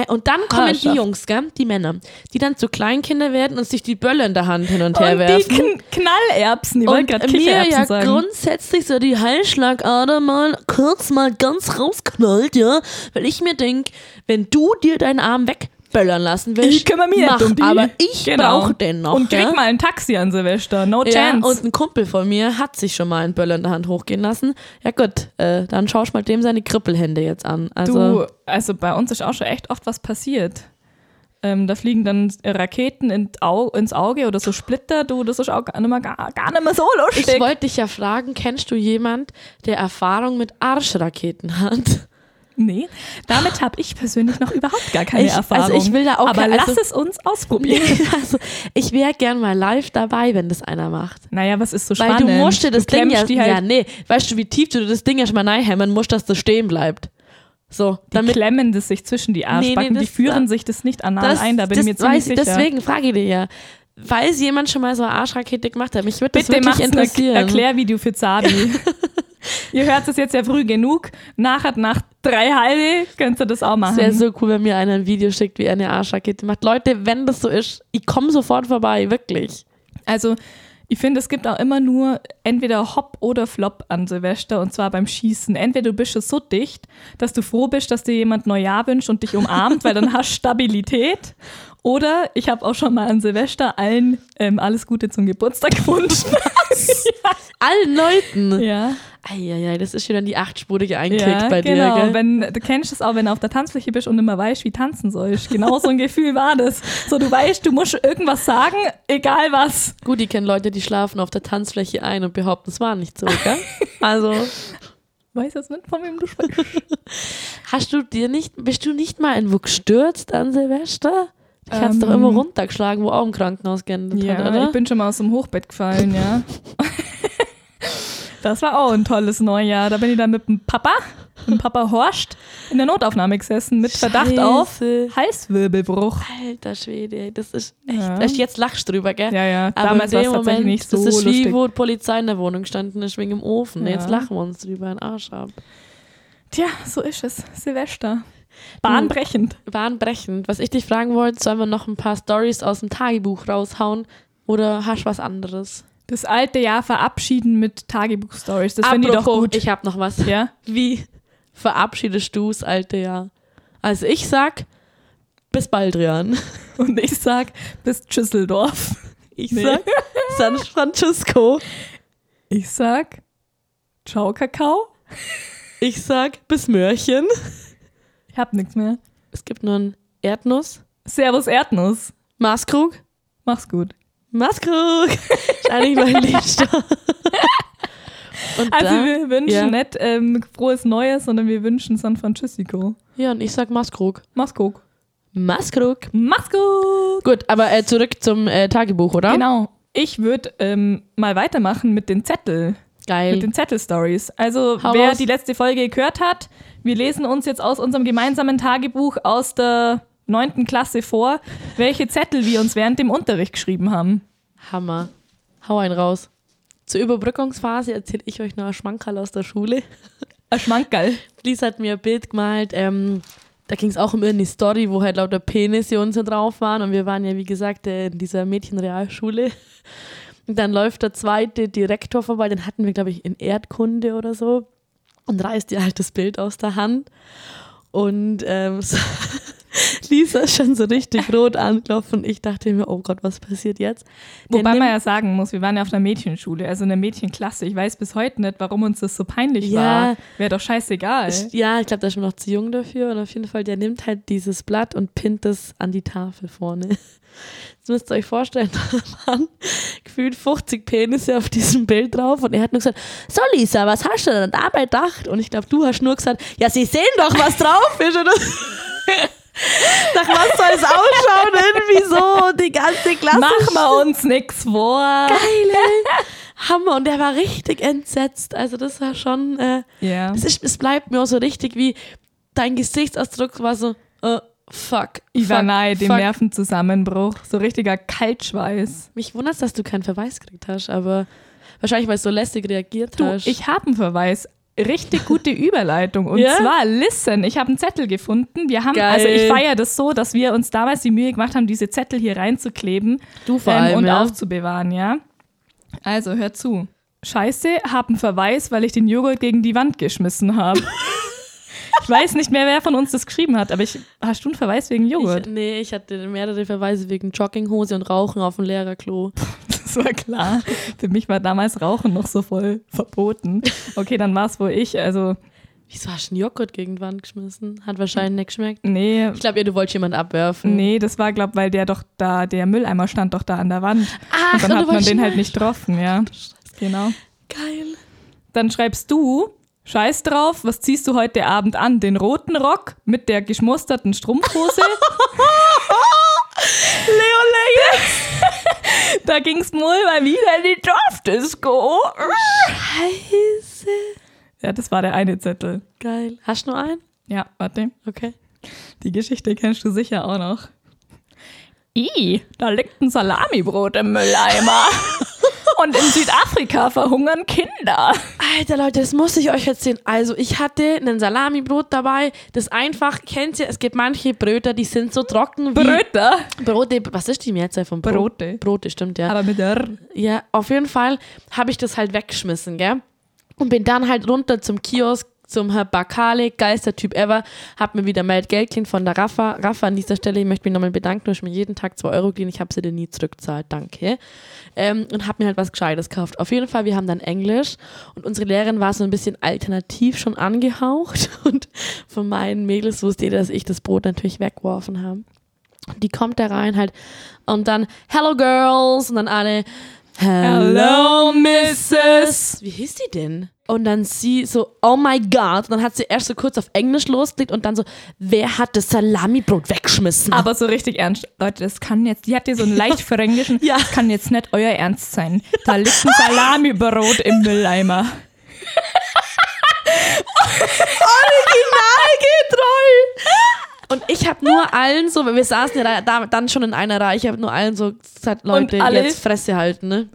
und dann kommen die
Herrschaft.
Jungs, gell? die Männer, die dann zu Kleinkinder werden und sich die Bölle in der Hand hin und her
Und die
werfen.
Kn Knallerbsen. Ich wollte
Und
gerade
mir
Kichererbsen
ja
sagen.
grundsätzlich so die Halsschlagader mal kurz mal ganz rausknallt, ja. Weil ich mir denke, wenn du dir deinen Arm wegböllern lassen willst,
Ich kümmere mich
mach,
nicht um die. Genau.
aber ich brauche den noch.
Und krieg
ja?
mal ein Taxi an Silvester. No
Ja,
chance.
und ein Kumpel von mir hat sich schon mal einen Böller in der Hand hochgehen lassen. Ja gut, äh, dann schaust mal dem seine Krippelhände jetzt an. Also
Du, also bei uns ist auch schon echt oft was passiert. Ähm, da fliegen dann Raketen in, Au ins Auge oder so Splitter. Du, das ist auch gar nicht mehr, gar, gar nicht mehr so
ich
lustig.
wollte dich ja fragen, kennst du jemand, der Erfahrung mit Arschraketen hat?
nee, damit habe ich persönlich noch überhaupt gar keine
Ich- also
Erfahrung.
ich will da auch
Aber
kein-
lass
also-
es uns ausprobieren.
also ich wäre gern mal live dabei, wenn das einer macht.
Naja, was ist so
Weil
spannend?
du musst dir das Ding ja,
klemmst die halt,
ja, nee, weißt du, wie tief du das Ding ja schon mal reinhämmern musst, dass das stehen bleibt. So,
die
damit
klemmen das sich zwischen die Arschbacken,
nee,
die
das-
führen sich das nicht anal
das,
ein, da
das
bin ich mir ziemlich
weiß ich,
sicher.
deswegen frage ich dir ja. Weiß jemand schon mal so eine Arschrakete gemacht hat? Mich würde das
Bitte
wirklich
macht's ein
interessieren.
Erklärvideo für Zabi. Ihr hört es jetzt ja früh genug. Nachher nach drei halbe könnt ihr das auch
Es
machen.
wäre so cool, wenn mir einer ein Video schickt, wie er eine Arschrakete macht. Leute, wenn das so ist, ich komme sofort vorbei, wirklich.
Also, ich finde, es gibt auch immer nur entweder Hop oder Flop an Silvester und zwar beim Schießen. Entweder du bist schon so dicht, dass du froh bist, dass dir jemand Neujahr wünscht und dich umarmt, weil dann hast du Stabilität. Oder ich habe auch schon mal an Silvester allen ähm, alles Gute zum Geburtstag gewünscht.
Allen Leuten.
ja,
Eieiei, das ist schon dann die achtspurige Einklick
ja
bei dir,
genau.
gell?
Wenn, du kennst es auch, wenn du auf der Tanzfläche bist und nicht mehr weißt, wie tanzen sollst. Genau so ein Gefühl war das. So, du weißt, du musst irgendwas sagen, egal was.
Gut, ich kenne Leute, die schlafen auf der Tanzfläche ein und behaupten, es war nicht so, gell? also,
Weiß jetzt nicht, von wem du sprichst.
hast du dir nicht, bist du nicht mal irgendwo gestürzt an Silvester? Du kannst doch
Ähm.
immer runtergeschlagen, wo auch im Krankenhaus geendet hat,
Ja, ich
oder?
bin schon mal aus dem Hochbett gefallen, ja. Das war auch ein tolles Neujahr. Da bin ich dann mit dem Papa, mit dem Papa Horst, in der Notaufnahme gesessen mit Verdacht auf
Scheiße.
Halswirbelbruch.
Alter Schwede, das ist echt,
Ja.
jetzt lachst du drüber, gell?
Ja, ja,
Aber in
damals war es
dem
tatsächlich
Moment,
nicht so
das ist wie,
lustig.
wo die Polizei in der Wohnung gestanden ist wegen dem Ofen.
Ja.
Jetzt lachen wir uns drüber den Arsch ab.
Tja, so ist es. Silvester. Bahnbrechend.
Bahnbrechend. Was ich dich fragen wollte, sollen wir noch ein paar Stories aus dem Tagebuch raushauen oder hast du was anderes?
Das alte Jahr verabschieden mit Tagebuchstories. Das finde ich doch gut.
ich habe noch was.
ja?
Wie verabschiedest du das alte Jahr? Also ich sag, bis Baldrian.
Und ich sag, bis Tschüsseldorf.
Ich
Nee.
sag, San Francisco.
Ich sag, ciao Kakao.
Ich sag, bis Mörchen.
Ich hab nichts mehr.
Es gibt nur ein Erdnuss,
Servus Erdnuss.
Maßkrug,
Mach's gut.
Maßkrug. ist eigentlich mein Liebster. Und
Also
dann-
wir wünschen
ja.
nicht ähm, frohes Neues, sondern wir wünschen San Francisco.
Ja, und ich sag Maskrug.
Mach's gut.
Maskrug.
Mach's gut.
Gut, aber äh, zurück zum äh, Tagebuch, oder?
Genau. Ich würde ähm, mal weitermachen mit den Zettel,
Geil.
mit den Zettel-Stories. Also
Hau
wer
raus.
die letzte Folge gehört hat, Wir lesen uns jetzt aus unserem gemeinsamen Tagebuch aus der neunten Klasse vor, welche Zettel wir uns während dem Unterricht geschrieben haben.
Hammer. Hau einen raus. Zur Überbrückungsphase erzähle ich euch noch einen Schmankerl aus der Schule.
Ein Schmankerl.
Lies hat mir ein Bild gemalt, ähm, da ging es auch um irgendeine Story, wo halt lauter Penisse und so drauf waren. Und wir waren ja, wie gesagt, äh, in dieser Mädchenrealschule. Und dann läuft der zweite Direktor vorbei, den hatten wir, glaube ich, in Erdkunde oder so. Und reißt ihr halt das Bild aus der Hand. Und ähm, so Lisa ist schon so richtig rot anklopfen. Ich dachte mir, oh Gott, was passiert jetzt? Der
Wobei man
nimmt-
ja sagen muss, wir waren ja auf einer Mädchenschule, also in der Mädchenklasse. Ich weiß bis heute nicht, warum uns das so peinlich
Ja.
war. Wäre doch scheißegal.
ja, ich glaube, da ist man noch zu jung dafür. Und auf jeden Fall, der nimmt halt dieses Blatt und pinnt es an die Tafel vorne. Jetzt müsst ihr euch vorstellen, da waren gefühlt 50 Penisse auf diesem Bild drauf. Und er hat nur gesagt, so Lisa, was hast du denn dabei gedacht? Und ich glaube, du hast nur gesagt, ja, sie sehen doch, was drauf ist. Und das Nach was soll es ausschauen? Irgendwie so, die ganze Klasse
Machen wir uns nichts vor.
Hammer und der war richtig entsetzt. Also das war schon, äh,
Ja.
es, ist, es bleibt mir auch so richtig wie dein Gesichtsausdruck war so, äh, fuck.
Ich war
fuck,
nahe dem
fuck.
Nervenzusammenbruch. So richtiger Kaltschweiß.
Mich wundert, dass du keinen Verweis gekriegt hast, aber wahrscheinlich weil du so lässig reagiert
Du,
hast.
ich habe einen Verweis. Richtig gute Überleitung. Und
Ja?
zwar, listen, ich habe einen Zettel gefunden. Wir haben,
Geil.
also ich feiere das so, dass wir uns damals die Mühe gemacht haben, diese Zettel hier reinzukleben
Du vor allem,
und
ja.
aufzubewahren, ja. Also, hör zu. Scheiße, hab einen Verweis, weil ich den Joghurt gegen die Wand geschmissen habe. ich weiß nicht mehr, wer von uns das geschrieben hat, aber ich, hast du einen Verweis wegen
ich,
Joghurt?
nee, ich hatte mehrere Verweise wegen Jogginghose und Rauchen auf dem Lehrerklo.
Das war klar. Für mich war damals Rauchen noch so voll verboten. Okay, dann war es wohl ich. Also,
Wieso hast du einen Joghurt gegen die Wand geschmissen? Hat wahrscheinlich nicht geschmeckt.
nee,
Ich glaube, ja, du wolltest jemanden abwerfen.
Nee, das war, glaub, weil der doch da, der Mülleimer stand doch da an der Wand.
Ach, und Ah,
und dann
du
hat man
wolltest
den
ihn-
halt nicht getroffen, ja. Genau.
Geil.
Dann schreibst du, scheiß drauf, was ziehst du heute Abend an? Den roten Rock mit der geschmusterten Strumpfhose? Leo Leggings! da ging's wohl mal wieder in die Dorfdisco.
Heiße.
Ja, das war der eine Zettel.
Geil. Hast du nur einen?
Ja, warte.
Okay.
Die Geschichte kennst du sicher auch noch. I, da liegt ein Salamibrot im Mülleimer. Und in Südafrika verhungern Kinder.
Alter Leute, das muss ich euch erzählen. Also ich hatte ein Salamibrot dabei, das einfach, kennt ihr, es gibt manche Bröter, die sind so trocken wie
Bröter.
Brote, was ist die Mehrzahl von Brot?
Brote.
Brote, stimmt, ja.
Aber mit R.
ja, auf jeden Fall habe ich das halt weggeschmissen, gell? Und bin dann halt runter zum Kiosk, zum Herr Bakale, geilster Typ ever. Hab mir wieder Meld Geld geliehen von der Raffa. Raffa an dieser Stelle, ich möchte mich nochmal bedanken, du hast mir jeden Tag 2 Euro geliehen, ich habe sie dir nie zurückgezahlt, danke. Ähm, und hab mir halt was Gescheites gekauft. Auf jeden Fall, wir haben dann Englisch und unsere Lehrerin war so ein bisschen alternativ schon angehaucht. Und von meinen Mädels wusste jeder, dass ich das Brot natürlich weggeworfen habe. Und Die kommt da rein halt und dann Hello Girls und dann alle
Hello, Mrs.
wie hieß die denn? Und dann sie so, oh my god. Und dann hat sie erst so kurz auf Englisch losgelegt und dann so, wer hat das Salamibrot weggeschmissen?
Aber so richtig ernst. Leute, das kann jetzt, die hat hier so einen leicht fränkischen,
Ja.
das kann jetzt nicht euer Ernst sein. Da liegt ein Salamibrot im Mülleimer.
originalgetreu. Und ich habe nur allen so, weil wir saßen ja da, da, dann schon in einer Reihe, ich habe nur allen so gesagt, Leute,
Und alle-
jetzt Fresse halten, ne?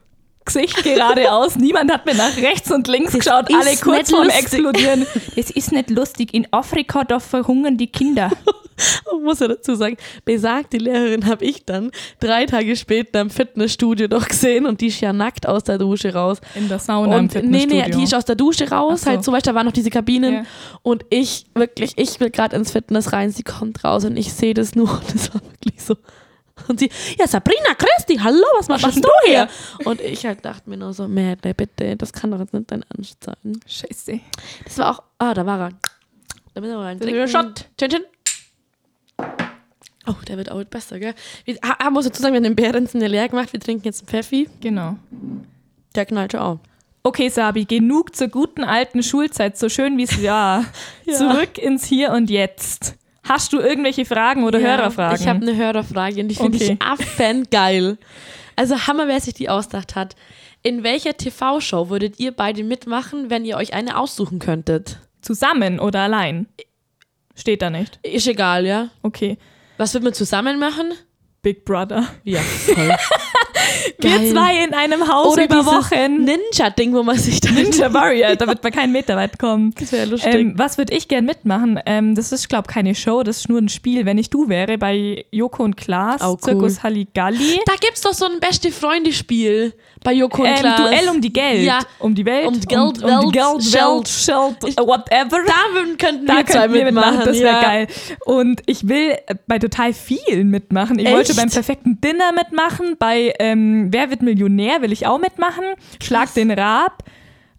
Gesicht geradeaus. Niemand hat mir nach rechts und links geschaut.
ist
Alle
nicht
kurz vorm
lustig.
Explodieren. Es ist nicht lustig. In Afrika, da verhungern die Kinder.
Ich muss ja dazu sagen, besagte Lehrerin habe ich dann drei Tage später im Fitnessstudio doch gesehen und die ist ja nackt aus der Dusche raus.
In der Sauna im
und nee, nee,
Fitnessstudio.
die ist aus der Dusche raus,
Ach so.
halt zum Beispiel, da waren noch diese Kabinen
Ja.
und ich wirklich, ich will gerade ins Fitness rein, sie kommt raus und ich sehe das nur und das war wirklich so. Und sie, ja Sabrina, Christi, hallo, was machst
machst
du
du
hier? Und ich halt dachte mir nur so, Mädle, bitte, das kann doch jetzt nicht dein Ernst sein.
Scheiße.
Das war auch, ah, da war er. Da müssen wir rein.
Da ist wieder Shot.
Chin, chin. Oh, der wird auch besser, gell? Wir, ah, ah, muss dazu sagen, wir haben den Bärensen ja leer gemacht, wir trinken jetzt einen Pfeffi.
Genau.
Der knallt schon auch.
Okay, Sabi, genug zur guten alten Schulzeit, so schön wie es war.
Ja.
Zurück ins Hier und Jetzt. Hast du irgendwelche Fragen oder
Ja,
Hörerfragen?
Ich habe eine Hörerfrage und die finde
Okay.
ich affengeil. Also Hammer, wer sich die ausgedacht hat. In welcher TV-Show würdet ihr beide mitmachen, wenn ihr euch eine aussuchen könntet?
Zusammen oder allein? Steht da nicht.
Ist egal, ja.
Okay.
Was wird man zusammen machen?
Big Brother.
Ja, voll. Geil.
Wir zwei in einem Haus
Oder
über
dieses
Wochen.
Ninja-Ding, wo man sich dann.
Ninja Warrior, da wird man keinen Meter weit kommen.
Das wäre lustig.
Ähm, was würde ich gern mitmachen? Ähm, das ist, glaube ich, keine Show, das ist nur ein Spiel. Wenn ich du wäre, bei Joko und Klaas,
Oh, cool.
Zirkus Halligalli.
da gibt's doch so ein beste Freunde-Spiel bei Joko und
Ähm,
Klaas.
Duell um die Geld.
Ja.
Um die Welt.
Um die Geld,
um, um die
Welt,
Geld,
Scheld.
Welt, Scheld, äh, whatever.
Da würden- könnten
Da
wir zwei
könnten wir
mitmachen.
das wäre
ja.
geil. Und ich will äh, bei total vielen mitmachen. Ich
Echt?
wollte beim perfekten Dinner mitmachen, bei ähm, Wer wird Millionär will ich auch mitmachen, Schlag den Rab.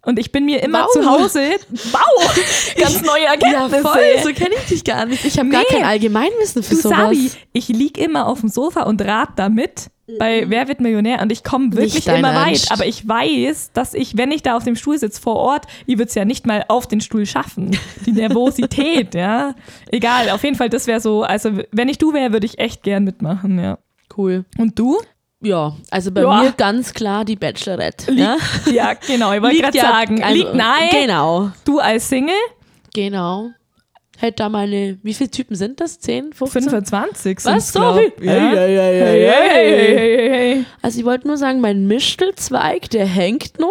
Und ich bin mir immer
Wow.
zu Hause, wow, ganz neue
Ja,
Erkenntnisse.
voll, so kenne ich dich gar nicht. Ich habe gar
Nee.
kein Allgemeinwissen für
du
sowas.
Sabi, ich lieg immer auf dem Sofa und rat damit bei Wer wird Millionär und ich komme wirklich
Nicht dein
immer weit.
Ernst.
Aber ich weiß, dass ich, wenn ich da auf dem Stuhl sitze vor Ort, ich würde es ja nicht mal auf den Stuhl schaffen. Die Nervosität, ja. Egal, auf jeden Fall, das wäre so, also wenn ich du wäre, würde ich echt gern mitmachen, ja.
Cool.
Und du?
Ja, also bei
Ja.
mir ganz klar die Bachelorette.
Liegt-
ja?
Ja, genau, ich wollte
Liegt
gerade
ja-
sagen,
also,
liegt nein,
Genau.
du als Single,
Genau. Hätte da meine, wie viele Typen sind das? 10, 15?
25 sind
Was? So viel?
Ja.
Ei, ei, ei,
Hey,
ei, ei.
hey, hey, hey.
Also ich wollte nur sagen, mein Mistelzweig, der hängt nur.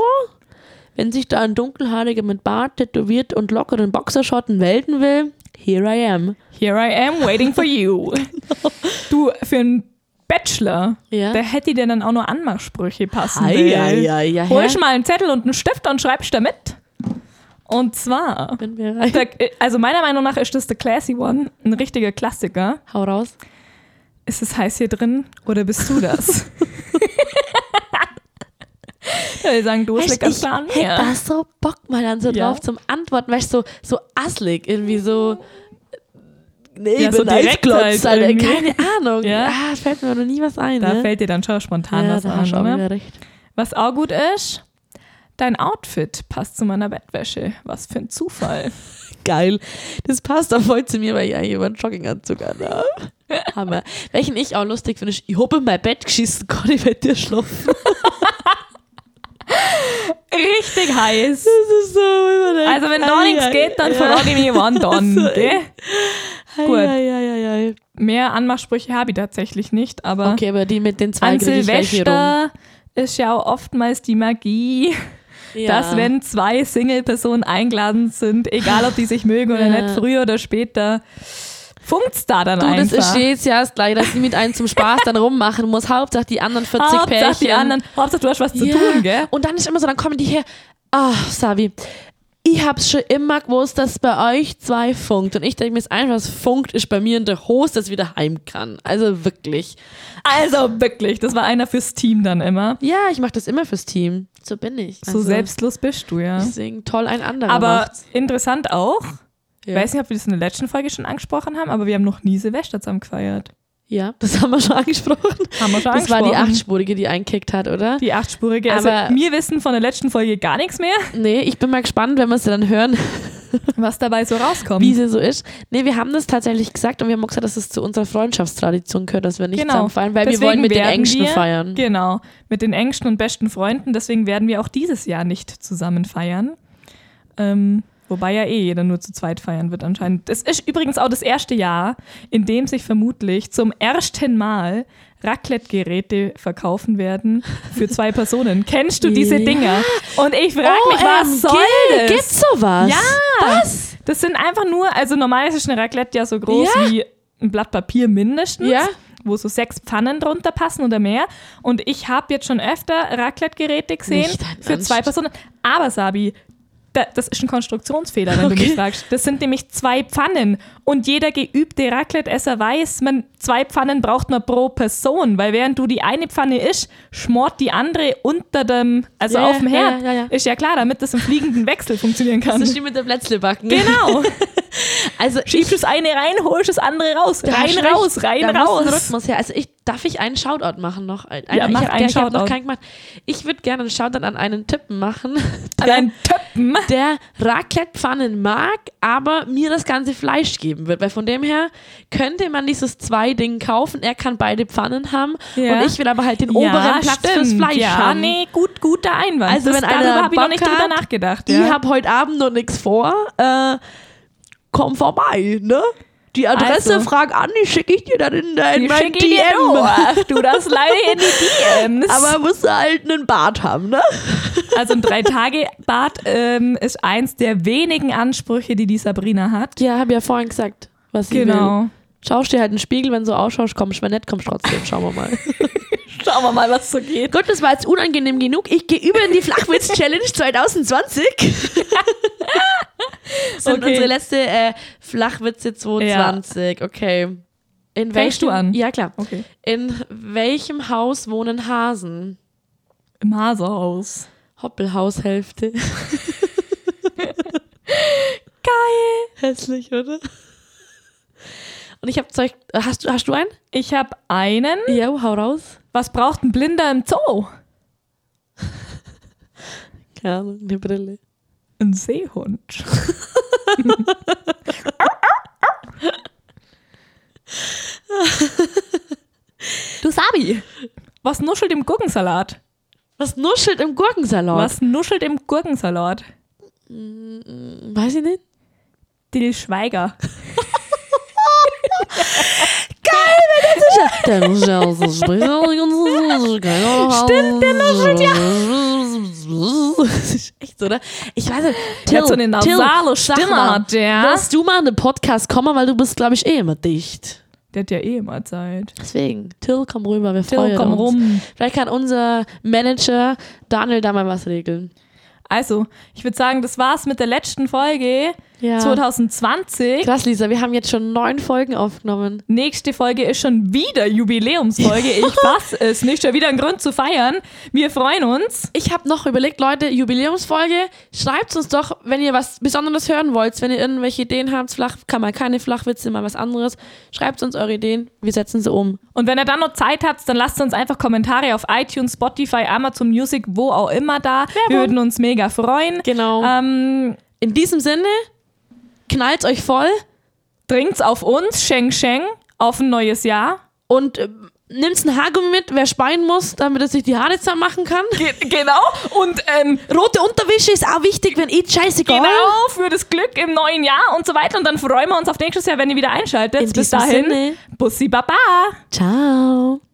Wenn sich da ein Dunkelhaariger mit Bart tätowiert und lockeren Boxerschotten melden will, here I am.
Here I am waiting for you. Du, für einen Bachelor,
Ja.
da hätte dir dann auch nur Anmachsprüche passen will.
Ei, ei, ei, ei,
Hol
hä?
schon mal einen Zettel und einen Stift und schreibst da mit. Und zwar,
Bin wir rein.
da, also meiner Meinung nach ist das The Classy One, ein richtiger Klassiker.
Hau raus.
Ist es heiß hier drin oder bist du das? Da will ich sagen, du
Weißt,
schlägst an
hätte
mir.
da so Bock mal dann so
Ja.
drauf zum Antworten, weißt du, so, so asselig, irgendwie so. Nee,
Ja, so
bin ein
direkt
Klotz,
halt
Alter,
irgendwie.
keine Ahnung.
Ja.
Ah, fällt mir noch nie was ein.
Da
ne?
fällt dir dann schon spontan
ja,
was
da
an, ne?
hast du auch
oder?
wieder recht.
Was auch gut ist, dein Outfit passt zu meiner Bettwäsche. Was für ein Zufall.
Geil. Das passt auch voll zu mir, weil ich eigentlich immer einen Jogginganzug an habe. Hammer. Welchen ich auch lustig finde, ist, ich hab in mein Bett geschissen, kann ich bei dir schlafen.
Richtig heiß.
Das ist so, immer der-
Also wenn da
Ei,
nichts
ei,
geht, dann
ja.
frage ich mich, wann dann.
Also,
gell?
Ei,
gut.
ei, ei, ei, ei.
Mehr Anmachsprüche habe ich tatsächlich nicht, aber
Okay, aber die mit den zwei
an
krieg ich gleich hier rum.
Silvester ist ja auch oftmals die Magie,
Ja.
dass wenn zwei Single-Personen eingeladen sind, egal ob die sich mögen oder
Ja.
nicht, früher oder später, funkt's da dann
Du, das
einfach.
ist eh jedes Jahr das gleiche, dass ich mit einem zum Spaß dann rummachen muss. Hauptsache die anderen 40
Hauptsache
Pärchen.
die anderen, Hauptsache du hast was zu
Ja.
tun, gell?
Und dann ist immer so, dann kommen die her, ah, Savi, ich hab's schon immer gewusst, dass bei euch zwei funkt. Und ich denke mir, das Einzige, was funkt, ist bei mir in der Hose, dass ich wieder heim kann. Also wirklich.
Also wirklich, das war einer fürs Team dann immer.
Ja, ich mache das immer fürs Team. So ne? bin ich.
So selbstlos bist du, ja.
Deswegen toll ein anderer
Aber
Also macht's.
interessant auch, ich
Ja.
weiß nicht, ob wir das in der letzten Folge schon angesprochen haben, aber wir haben noch nie Silvester zusammen gefeiert.
ja, das haben wir schon angesprochen.
Haben wir schon
Das war
angesprochen.
die achtspurige, die einkickt hat, oder?
Die achtspurige. Also
Aber-
wir wissen von der letzten Folge gar nichts mehr,
Nee, ich bin mal gespannt, wenn wir es dann hören,
was dabei so rauskommt.
wie sie so ist. Nee, wir haben das tatsächlich gesagt und wir haben auch gesagt, dass es zu unserer Freundschaftstradition gehört, dass wir nicht zusammen feiern, weil wir
Genau. Deswegen
wollen mit den
werden
Engsten
wir,
feiern.
Genau, mit den engsten und besten Freunden. Deswegen werden wir auch dieses Jahr nicht zusammen feiern. Ähm, wobei ja eh jeder nur zu zweit feiern wird anscheinend. Das ist übrigens auch das erste Jahr, in dem sich vermutlich zum ersten Mal Raclette-Geräte verkaufen werden für zwei Personen. Kennst du diese
Ja.
Dinger? Und ich frage mich, was soll das?
Gibt's sowas?
Ja!
Was?
Das sind einfach nur, also normal ist eine Raclette ja so groß
Ja.
wie ein Blatt Papier mindestens,
Ja.
wo so sechs Pfannen drunter passen oder mehr. Und ich habe jetzt schon öfter Raclette-Geräte gesehen
Nicht dein
für zwei
Ernst.
Personen. Aber Sabi, da, das ist ein Konstruktionsfehler, wenn du
Okay.
mich fragst. Das sind nämlich zwei Pfannen. Und jeder geübte Raclette-Esser weiß, man zwei Pfannen braucht man pro Person, weil während du die eine Pfanne isch, schmort die andere unter dem, also
Ja,
auf dem
ja,
Herd.
ja, ja, ja.
Ist ja klar, damit das im fliegenden Wechsel funktionieren kann.
Das ist die mit dem Plätzlebacken.
Genau.
Also
Schiebst das eine rein, holst das andere raus.
Da hast
rein,
du recht.
raus, rein,
da muss ein
raus.
Rhythmus her. Also ich, darf ich einen Shoutout machen noch? Ein,
Ja, mach
ich hab-
einen
Ich habe noch
Shoutout.
keinen gemacht. Ich würde gerne einen Shoutout an einen Tippen machen,
An einen Töppen.
der Raclette-Pfannen mag, aber mir das ganze Fleisch geben wird. Weil von dem her könnte man dieses zwei Ding kaufen. Er kann beide Pfannen haben
Ja.
und ich will aber halt den oberen Platz fürs Fleisch
ja,
haben.
nee, gut, guter Einwand.
Also
das,
wenn einer
darüber habe ich noch
Bock
nicht drüber
hat,
nachgedacht.
Ich
ja.
habe heute Abend noch nichts vor. Äh, komm vorbei, ne? Die Adresse
Also.
frag an, die schicke ich dir dann in dein
Die
mein
schicke ich dir
DM.
du. Ach, du das leider in die DMs.
Aber musst du halt einen Bart haben, ne?
also ein Drei-Tage-Bad ähm, ist eins der wenigen Ansprüche, die die Sabrina hat.
Ja, hab ja vorhin gesagt, was ich will.
Genau.
Schaust dir halt einen Spiegel, wenn du so ausschaust, kommst, wenn nicht, kommst trotzdem. Schauen wir mal.
Schauen wir mal, was so geht.
Gott, das war jetzt unangenehm genug. Ich gehe über in die Flachwitz-Challenge 2020. das sind
Okay.
unsere letzte äh, Flachwitze 2020. Okay. In
Fängst du an?
Ja, klar.
Okay.
In welchem Haus wohnen Hasen?
Im Hasehaus.
Hoppelhaushälfte.
Geil.
Hässlich, oder? Und ich habe Zeug. Hast du, hast du einen?
Ich habe einen.
Ja, hau raus.
Was braucht ein Blinder im Zoo?
Keine Ahnung, eine Brille.
Ein Seehund.
Du Sabi.
Was nuschelt im Gurkensalat?
Was nuschelt im Gurkensalat?
Was nuschelt im Gurkensalat?
Weiß ich nicht.
Dill Schweiger.
Der nuschelt aus dem Stimmt, der nuschelt ja. Das ist echt so, oder? Ich weiß nicht. Till,
Der hat so eine
Till,
nasale
sag
Stimme,
mal,
hat der.
Willst du mal in den Podcast kommen, weil du bist, glaube ich, eh immer dicht.
Der hat ja eh immer Zeit.
Deswegen, Till, komm rüber, wir
Till,
freuen
komm
uns.
rum.
Vielleicht kann unser Manager Daniel da mal was regeln.
Also, ich würde sagen, das war's mit der letzten Folge
Ja.
2020.
Krass, Lisa, wir haben jetzt schon neun Folgen aufgenommen.
Nächste Folge ist schon wieder Jubiläumsfolge. Ich fass es nicht. Schon wieder ein Grund zu feiern. Wir freuen uns.
Ich habe noch überlegt, Leute, Jubiläumsfolge, schreibt uns doch, wenn ihr was Besonderes hören wollt, wenn ihr irgendwelche Ideen habt, flach, kann mal keine Flachwitze, mal was anderes. Schreibt uns eure Ideen, wir setzen sie um.
Und wenn ihr dann noch Zeit habt, dann lasst uns einfach Kommentare auf iTunes, Spotify, Amazon Music, wo auch immer da. Wir würden uns mega freuen.
Genau.
Ähm,
In diesem Sinne, knallt euch voll
dringt's auf uns, Sheng Sheng, auf ein neues Jahr.
und äh, nimmt ein Haargummi mit, wer speien muss, damit er sich die Haare zusammen machen kann.
genau. Und ähm,
Rote Unterwäsche ist auch wichtig, wenn eh scheißegal.
Genau, für das Glück im neuen Jahr und so weiter. Und dann freuen wir uns auf nächstes Jahr, wenn ihr wieder einschaltet.
In
Bis
diesem
dahin,
Sinne.
Bussi Baba.
Ciao.